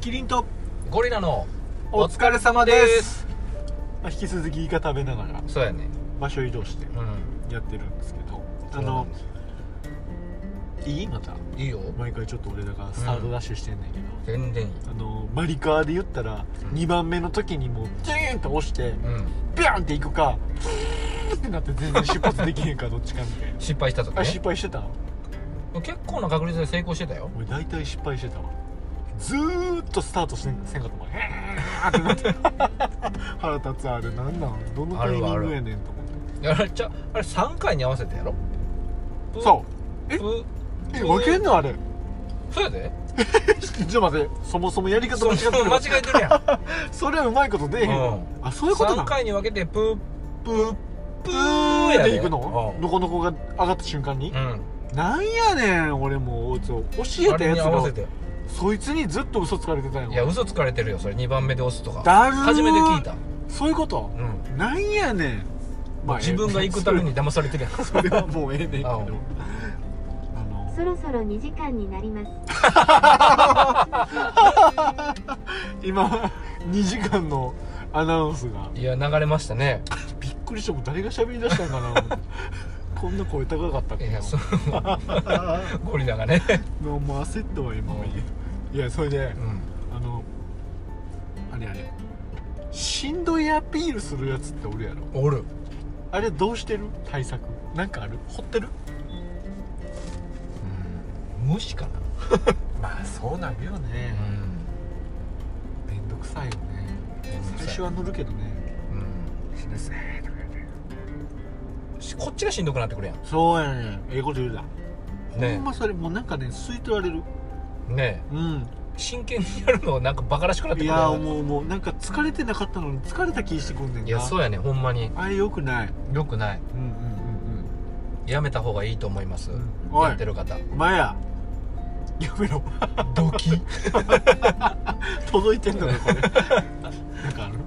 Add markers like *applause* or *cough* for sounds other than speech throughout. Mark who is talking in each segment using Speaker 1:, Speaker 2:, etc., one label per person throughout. Speaker 1: キリンと
Speaker 2: ゴリラの
Speaker 1: お疲れ様です、
Speaker 2: す
Speaker 1: まあ、引き続きイカ食べながら
Speaker 2: そうやね
Speaker 1: 場所移動して
Speaker 2: うん
Speaker 1: やってるんですけどあ
Speaker 2: そうなん
Speaker 1: の
Speaker 2: です
Speaker 1: いいまた
Speaker 2: いいよ
Speaker 1: 毎回ちょっと俺らがスタートダッシュしてんねんけど、
Speaker 2: 全然いい
Speaker 1: あのマリカーで言ったら
Speaker 2: うん
Speaker 1: 2番目の時にもうジューンと押して
Speaker 2: うん
Speaker 1: ビャンっていくかキーってなって全然出発できへんかどっちかみたい *laughs* な
Speaker 2: 失敗した時
Speaker 1: あ失
Speaker 2: ね
Speaker 1: 敗してた
Speaker 2: 結構な確率で成功してたよ
Speaker 1: 俺大体失敗してたわずーっとスタートせんせんかったもんへーってなって *laughs* 腹立つあれなんなんどのタイミングやねんと思って
Speaker 2: やられちゃあれ3回に合わせてやろ
Speaker 1: そう
Speaker 2: う
Speaker 1: え
Speaker 2: う
Speaker 1: え分けんのあれ
Speaker 2: そうやで
Speaker 1: ちょっと待ってそもそもやり方
Speaker 2: そ
Speaker 1: 間
Speaker 2: う
Speaker 1: 違って
Speaker 2: *laughs* そう
Speaker 1: る
Speaker 2: 間違えてるやん
Speaker 1: それはうまいこと出えへんわ、あそういうことなの
Speaker 2: 3回に分けてプープープ
Speaker 1: う
Speaker 2: ー
Speaker 1: ーっ
Speaker 2: や
Speaker 1: て
Speaker 2: で
Speaker 1: いくの
Speaker 2: うん
Speaker 1: のこのこが上がった瞬間に
Speaker 2: う、ん
Speaker 1: なんやねん俺もう教え
Speaker 2: あ
Speaker 1: た
Speaker 2: れ
Speaker 1: やつ
Speaker 2: に合わ
Speaker 1: が
Speaker 2: せて
Speaker 1: そいつにずっと嘘つかれてたん
Speaker 2: い
Speaker 1: や
Speaker 2: や
Speaker 1: ん
Speaker 2: 嘘つかれてるよそれ2番目で押すとか
Speaker 1: だるー
Speaker 2: 初めて聞いた
Speaker 1: そういうこと
Speaker 2: う、ん
Speaker 1: なんやねん、まあ
Speaker 2: 自分が行くために騙されてるやん
Speaker 1: ええそれはもうええねんけど
Speaker 2: あうん
Speaker 1: あの
Speaker 3: そろそろ2時間になります。
Speaker 1: 今2時間のアナウンスが
Speaker 2: いや流れました *laughs* ね
Speaker 1: びっくりしてもう誰が喋り出したんかな思 *laughs* ってこんな声高かったっ
Speaker 2: い
Speaker 1: け
Speaker 2: や
Speaker 1: な
Speaker 2: そうゴリラがね、
Speaker 1: *laughs* もうもう焦ったわ今いやそれで
Speaker 2: うん、
Speaker 1: あのあれあれしんどいアピールするやつっておるやろ
Speaker 2: おる
Speaker 1: あれどうしてる対策なんかある掘ってる
Speaker 2: 無視かな
Speaker 1: まあそうなるよねめんどくさいよね最初は乗るけどね
Speaker 2: う
Speaker 1: しんどいっすねとか言って
Speaker 2: んしこっちがしんどくなってくるや
Speaker 1: そうやねええこと言うだ
Speaker 2: ん
Speaker 1: ほ
Speaker 2: ね
Speaker 1: んまそれもうなんかね吸い取られる
Speaker 2: えね
Speaker 1: うん
Speaker 2: え真剣にやるのなんかバカらしくなってく
Speaker 1: い
Speaker 2: る
Speaker 1: や
Speaker 2: ん
Speaker 1: もうもうなんか疲れてなかったのに疲れた気してくんねんない
Speaker 2: やそうやねほんまに
Speaker 1: あれよくない
Speaker 2: よくない
Speaker 1: うんうんうん
Speaker 2: やめた方がいいと思います、
Speaker 1: うんお
Speaker 2: や
Speaker 1: い
Speaker 2: ってる方
Speaker 1: お前ややめろ
Speaker 2: *laughs* ドキ
Speaker 1: 届いてんのかこれなんかある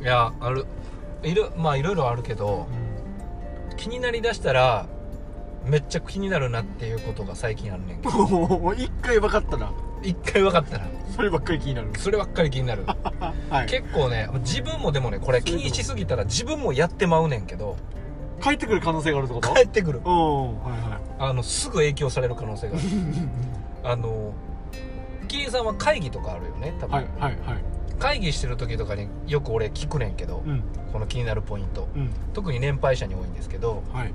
Speaker 2: いやあるいろまあいろいろあるけど気になりだしたらめっちゃ気になるなっていうことが最近ある
Speaker 1: *laughs*
Speaker 2: ねんけど
Speaker 1: もう一回分かったら
Speaker 2: 一回分かったら
Speaker 1: そればっかり気になる
Speaker 2: そればっかり気になる
Speaker 1: はい
Speaker 2: 結構ね自分もでもねこれ気にしすぎたら自分もやってまうねんけど
Speaker 1: 帰ってくる可能性があるってこと
Speaker 2: 帰ってくる
Speaker 1: うんはいは
Speaker 2: あのすぐ影響される可能性が
Speaker 1: *laughs*
Speaker 2: あるあのキリンさんは会議とかあるよね多分、
Speaker 1: はいはいはい
Speaker 2: 会議してる時とかによく俺聞くねんけど、
Speaker 1: うん
Speaker 2: この気になるポイント
Speaker 1: うん
Speaker 2: 特に年配者に多いんですけど
Speaker 1: はい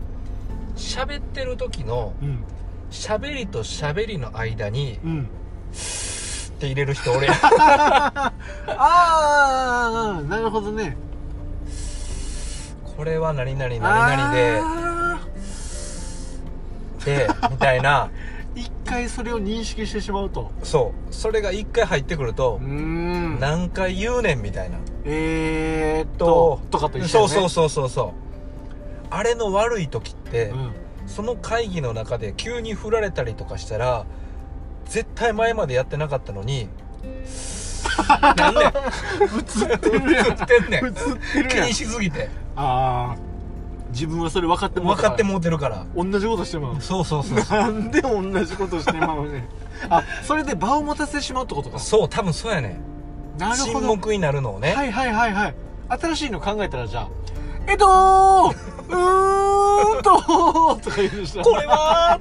Speaker 2: 喋ってる時の
Speaker 1: うん
Speaker 2: 喋りと喋りの間に
Speaker 1: うん
Speaker 2: って入れる
Speaker 1: *laughs*
Speaker 2: 人俺
Speaker 1: ああなるほどね
Speaker 2: これは何々何々ででみたいな
Speaker 1: で一回それを認識してしまうと
Speaker 2: そうそれが一回入ってくると、
Speaker 1: ん
Speaker 2: 何回言うねんみたいな
Speaker 1: えーっととかと一緒
Speaker 2: そ
Speaker 1: や
Speaker 2: う
Speaker 1: ね
Speaker 2: そうそうそうそうあれの悪い時って、
Speaker 1: うん
Speaker 2: その会議の中で急に振られたりとかしたら絶対前までやってなかったのに *laughs* なんで
Speaker 1: 映ってる
Speaker 2: 映
Speaker 1: やん
Speaker 2: ってんね
Speaker 1: 映
Speaker 2: ん
Speaker 1: ってる
Speaker 2: 気
Speaker 1: やん
Speaker 2: にしすぎて
Speaker 1: ああ自分はそれ分かっても
Speaker 2: 分かって
Speaker 1: も
Speaker 2: もうてるから
Speaker 1: 同じことしてまう
Speaker 2: そうそうそうそ
Speaker 1: なんで同じことしてまう
Speaker 2: *laughs*
Speaker 1: ねあそれで場を持たせてしまうってことか
Speaker 2: うそう多分そうやねん
Speaker 1: なるほ
Speaker 2: 沈
Speaker 1: ど
Speaker 2: 黙になるのをね、
Speaker 1: はいはいはいはい新しいの考えたらじゃあ「えっとーうーんとー」とか言うし
Speaker 2: これは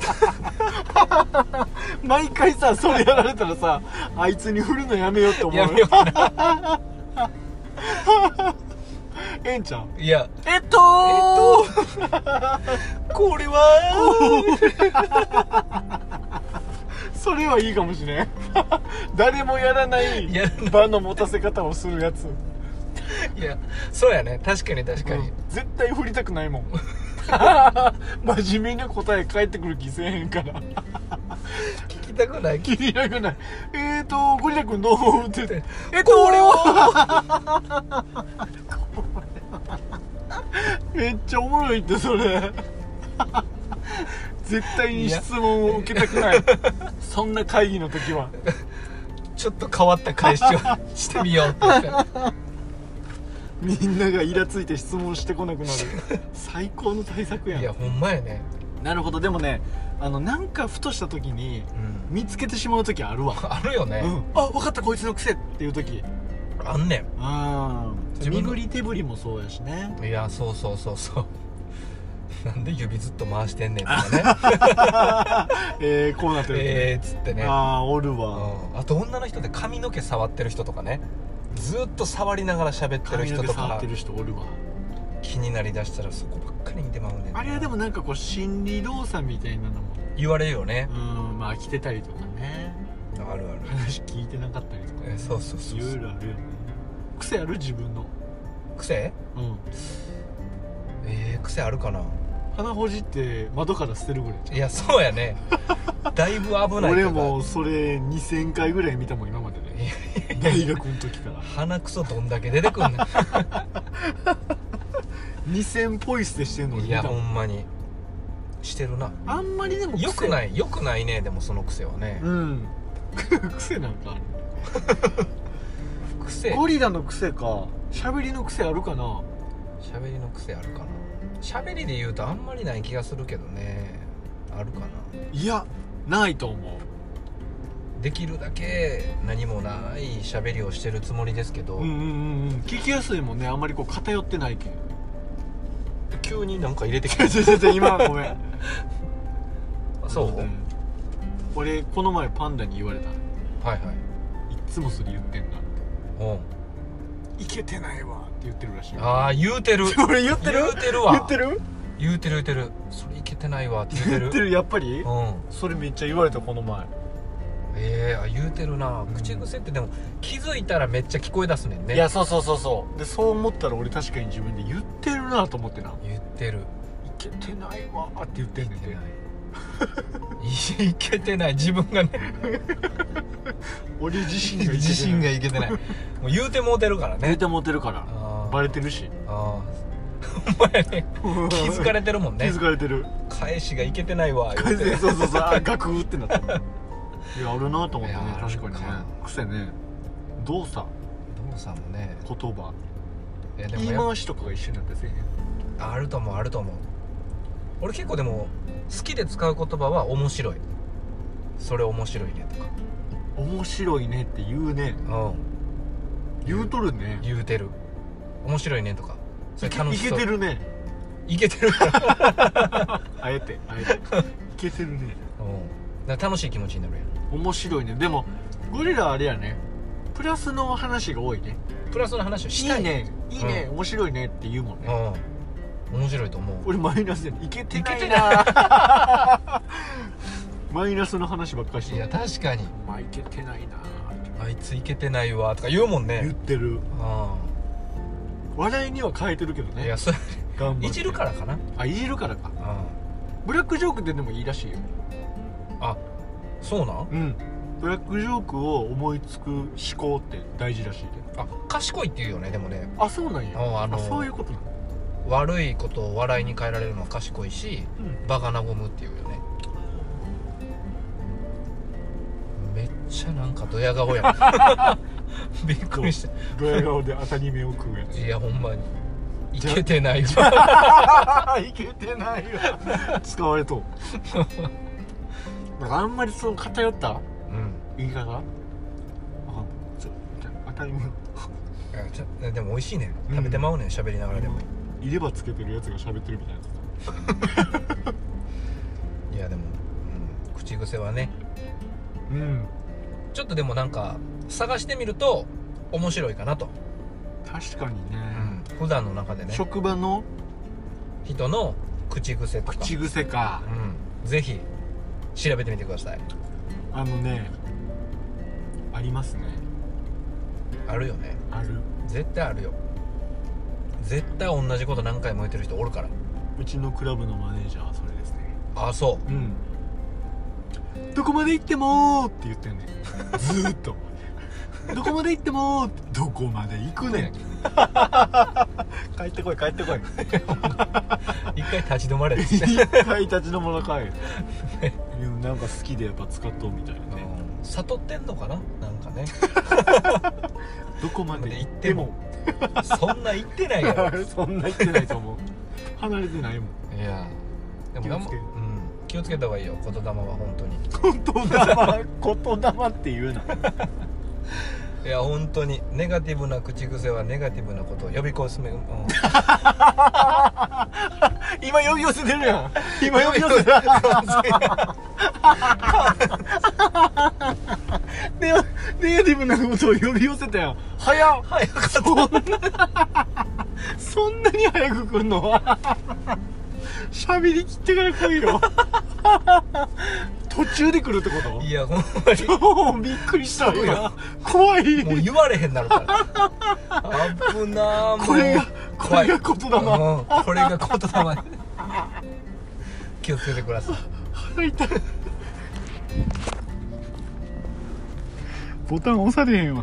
Speaker 1: 毎回さそれやられたらさあいつに振るのやめようって *laughs* 思う
Speaker 2: やめような
Speaker 1: ええんちゃん
Speaker 2: いや
Speaker 1: えっとー、
Speaker 2: これは
Speaker 1: それはいいかもしれん *laughs* 誰もやらない
Speaker 2: やらな
Speaker 1: 場の持たせ方をするやつ
Speaker 2: いやそうやね確かに確かに、
Speaker 1: うん絶対振りたくないもん *laughs* 真面目に答え返ってくる気せえへんから *laughs*
Speaker 2: 聞きたくない
Speaker 1: 気になくないえーとゴリラ君どうって言って
Speaker 2: えこれは
Speaker 1: めっちゃおもろいってそれ *laughs* 絶対に質問を受けたくないそんな会議の時は
Speaker 2: ちょっと変わった返しをしてみようっていうか
Speaker 1: *laughs*
Speaker 2: *laughs*
Speaker 1: みんながイラついて質問してこなくなる最高の対策やん
Speaker 2: いやほんまやね
Speaker 1: なるほどでもねあのなんかふとした時に
Speaker 2: うん
Speaker 1: 見つけてしまう時あるわ、
Speaker 2: あるよ
Speaker 1: う
Speaker 2: ね、
Speaker 1: ん、あ分かったこいつの癖っていう時
Speaker 2: あんね
Speaker 1: うん
Speaker 2: 自分の
Speaker 1: 巡り手振りもそうやし
Speaker 2: *laughs*
Speaker 1: ね
Speaker 2: んいやそうそうそうそうなんで指ずっと回してんねんとか
Speaker 1: *laughs*
Speaker 2: ね
Speaker 1: えー、こうなってる、
Speaker 2: えーっつってね
Speaker 1: ああおる
Speaker 2: う
Speaker 1: わ、
Speaker 2: んあと女の人で髪の毛触ってる人とかねずーっと触りながら喋ってる
Speaker 1: 髪の
Speaker 2: 人
Speaker 1: 毛
Speaker 2: と
Speaker 1: 触っ
Speaker 2: か
Speaker 1: てる人おるわ
Speaker 2: 気になりだしたらそこばっかり見てまうねんな
Speaker 1: あれはでもなんかこう心理動作みたいなのも
Speaker 2: 言われるよね
Speaker 1: うんまあ飽きてたりとかね
Speaker 2: あるある
Speaker 1: 話聞いてなかったりとか
Speaker 2: えそうそうそう
Speaker 1: いろいろあるよね癖ある自分の
Speaker 2: 癖
Speaker 1: うん
Speaker 2: えー、癖あるかな
Speaker 1: 鼻ほじって窓から捨てるぐらい
Speaker 2: いやそう
Speaker 1: *laughs*
Speaker 2: やねだいぶ危ないけ
Speaker 1: 俺
Speaker 2: ど
Speaker 1: もそれ2000回ぐらい見たもん今まで
Speaker 2: い
Speaker 1: で
Speaker 2: や
Speaker 1: 大学の時から
Speaker 2: 鼻くそどんだけ出てくんね
Speaker 1: 2000ポイ捨てしてんの
Speaker 2: ん
Speaker 1: に *laughs*
Speaker 2: い
Speaker 1: 見
Speaker 2: や
Speaker 1: た
Speaker 2: ほ
Speaker 1: もん
Speaker 2: んまにしてるな
Speaker 1: あんまりでも
Speaker 2: よくないいよくないねでもその癖はね
Speaker 1: うん *laughs* 癖なんかある
Speaker 2: 癖
Speaker 1: ゴリラの癖か喋りの癖あるかな
Speaker 2: 喋りの癖あるかな喋りで言うとあんまりない気がするけどねあるかない
Speaker 1: やないと思う
Speaker 2: できるだけ何もない喋りをしてるつもりですけど、
Speaker 1: うんうんうんうん聞きやすいもんねあんまりこう偏ってないけん
Speaker 2: 急になんか入れてき
Speaker 1: ちょ *laughs*
Speaker 2: て
Speaker 1: ちょちょちょ今ごめん
Speaker 2: そう、
Speaker 1: ん俺この前パンダに言われたい
Speaker 2: はいはい
Speaker 1: っつもそれ言ってんな
Speaker 2: うん
Speaker 1: いけてないわって言ってるらしい *laughs*
Speaker 2: ああ言うてる
Speaker 1: 俺言ってる
Speaker 2: 言うてるわ
Speaker 1: 言ってる
Speaker 2: 言うてる言うてるそれいけてないわって言うてる
Speaker 1: 言ってるやっぱり
Speaker 2: うん
Speaker 1: それめっちゃ言われたこの前
Speaker 2: ええあ言うてるな
Speaker 1: うん
Speaker 2: 口癖ってでも気づいたらめっちゃ聞こえ出すねんね
Speaker 1: いやそうそうそうそうでそう思ったら俺確かに自分で言ってるなと思ってな
Speaker 2: 言ってる
Speaker 1: いけてないわーって言ってんねんて
Speaker 2: いいけてない自分がね
Speaker 1: 俺自身がいけてない
Speaker 2: 自身がいけてないもう言うてもうてるから
Speaker 1: ネ
Speaker 2: ね
Speaker 1: タ持てるから
Speaker 2: あー
Speaker 1: バレてるし
Speaker 2: あーお前ね
Speaker 1: 気
Speaker 2: *laughs* 気づかれてるも
Speaker 1: *laughs*
Speaker 2: ん
Speaker 1: 気
Speaker 2: ね
Speaker 1: づかれてる
Speaker 2: 返しがいけてないわ言
Speaker 1: そう
Speaker 2: うて
Speaker 1: そうそうそう
Speaker 2: *laughs*
Speaker 1: あガクフってなったいやあるなと思ってね
Speaker 2: いやある
Speaker 1: 確か
Speaker 2: か
Speaker 1: にね癖ね動作
Speaker 2: どうさんもね
Speaker 1: 言葉
Speaker 2: いやでも
Speaker 1: 言い
Speaker 2: やっ
Speaker 1: 回しとかが一緒になってせえへん
Speaker 2: ぱあると思うあると思う俺結構でも好きで使う言葉は面白いそれ面白いねとか
Speaker 1: 面白いねって言うね
Speaker 2: うん
Speaker 1: 言うとるね
Speaker 2: 言うてる面白いねとかそれ楽
Speaker 1: い
Speaker 2: し
Speaker 1: け
Speaker 2: そう
Speaker 1: てるね
Speaker 2: いけてる
Speaker 1: あえてあえ
Speaker 2: *laughs*
Speaker 1: ていけてるね
Speaker 2: うんだから楽しい気持ちになるやん
Speaker 1: 面白いねでもゴリラはあれやねプラスの話が多いね
Speaker 2: プラスの話を
Speaker 1: い
Speaker 2: したい
Speaker 1: いねいいね、
Speaker 2: う
Speaker 1: 面白いねって言うもんね、
Speaker 2: うん面白いと思う
Speaker 1: 俺マイナスやねいけてない
Speaker 2: いけて
Speaker 1: な *laughs* マイナスの話ばっかりして
Speaker 2: いや確かに
Speaker 1: まあいけてないな
Speaker 2: あいついけてないわとか言うもん
Speaker 1: 言っ
Speaker 2: ね
Speaker 1: てる
Speaker 2: う
Speaker 1: 笑いには変えてるけど
Speaker 2: んい
Speaker 1: ね
Speaker 2: や
Speaker 1: *laughs*
Speaker 2: それ
Speaker 1: 頑張って
Speaker 2: いじるからかな
Speaker 1: あいじるからか
Speaker 2: うん
Speaker 1: ブラックジョークででもいいらしいよ
Speaker 2: そうなん
Speaker 1: うんブラックジョークを思いつく思考って大事らしいで
Speaker 2: あ賢いって言うよねでもね
Speaker 1: あそうなんや
Speaker 2: うんあ
Speaker 1: あ
Speaker 2: の
Speaker 1: そういうことなの
Speaker 2: 悪いことを笑いに変えられるのは賢いし
Speaker 1: うん
Speaker 2: 場が和むっていうよねめっちゃなんかドヤ顔やん *laughs* びっくりした
Speaker 1: ドヤ顔で当たり目を食うやつ
Speaker 2: いやほんまにい
Speaker 1: じゃ
Speaker 2: けてない
Speaker 1: *laughs*
Speaker 2: わ
Speaker 1: いけてないわ使われとうなんかあんまりその偏った
Speaker 2: うん
Speaker 1: 言い方わかんないちょじゃあ当たり前
Speaker 2: あちょでも美味しいね食べてまうねん喋、りながらでも
Speaker 1: いればつけてるやつが喋ってるみたいなやつ
Speaker 2: いやでも、うん、口癖はね
Speaker 1: うん
Speaker 2: ちょっとでもなんか探してみると面白いかなと、
Speaker 1: 確かにね、
Speaker 2: うん、普段の中でね
Speaker 1: 職場の
Speaker 2: 人の口癖とか
Speaker 1: 口癖か
Speaker 2: うん、ぜひ調べてみてください
Speaker 1: あのねありますね
Speaker 2: あるよね
Speaker 1: ある
Speaker 2: 絶対あるよ絶対同じこと何回も言ってる人おるから
Speaker 1: うちのクラブのマネージャーはそれですね
Speaker 2: ああそう
Speaker 1: うんどこまで行ってもーって言ってんねんずーっとどこまで行ってもーってどこまで行くねん帰ってこい帰ってこい
Speaker 2: 一回立ち止まれって、
Speaker 1: 一回立ち止まら *laughs* かいいやなんか好きでやっぱ使っとうみたいなね
Speaker 2: うん悟ってんのかななんかね
Speaker 1: どこまで行っても
Speaker 2: そんな
Speaker 1: *laughs*
Speaker 2: 言ってないやろ
Speaker 1: そんな言ってないと思う離れてないもん
Speaker 2: いやでも
Speaker 1: 気をつけ
Speaker 2: うん気をつけた方がいいよ言霊は本当に
Speaker 1: 言霊言霊って言うない
Speaker 2: や本当にネガティブな口癖はネガティブなことを呼び込すめ、うん、
Speaker 1: 今呼び寄せてるやん今呼び寄せてるネガネガティブなことを呼び寄せたやん早っ
Speaker 2: 早かっ
Speaker 1: そんなそんなに早く来んの喋りきってから来いよ途中で来るってこ
Speaker 2: たいやほんまに
Speaker 1: ともうびっくりした
Speaker 2: そうよ
Speaker 1: 今怖い
Speaker 2: もう言われへんなるから危なーもう
Speaker 1: これがこ
Speaker 2: 怖
Speaker 1: れ
Speaker 2: い
Speaker 1: が言霊
Speaker 2: うん、これが言霊気をつけてください
Speaker 1: 腹痛いボタン押されへんわ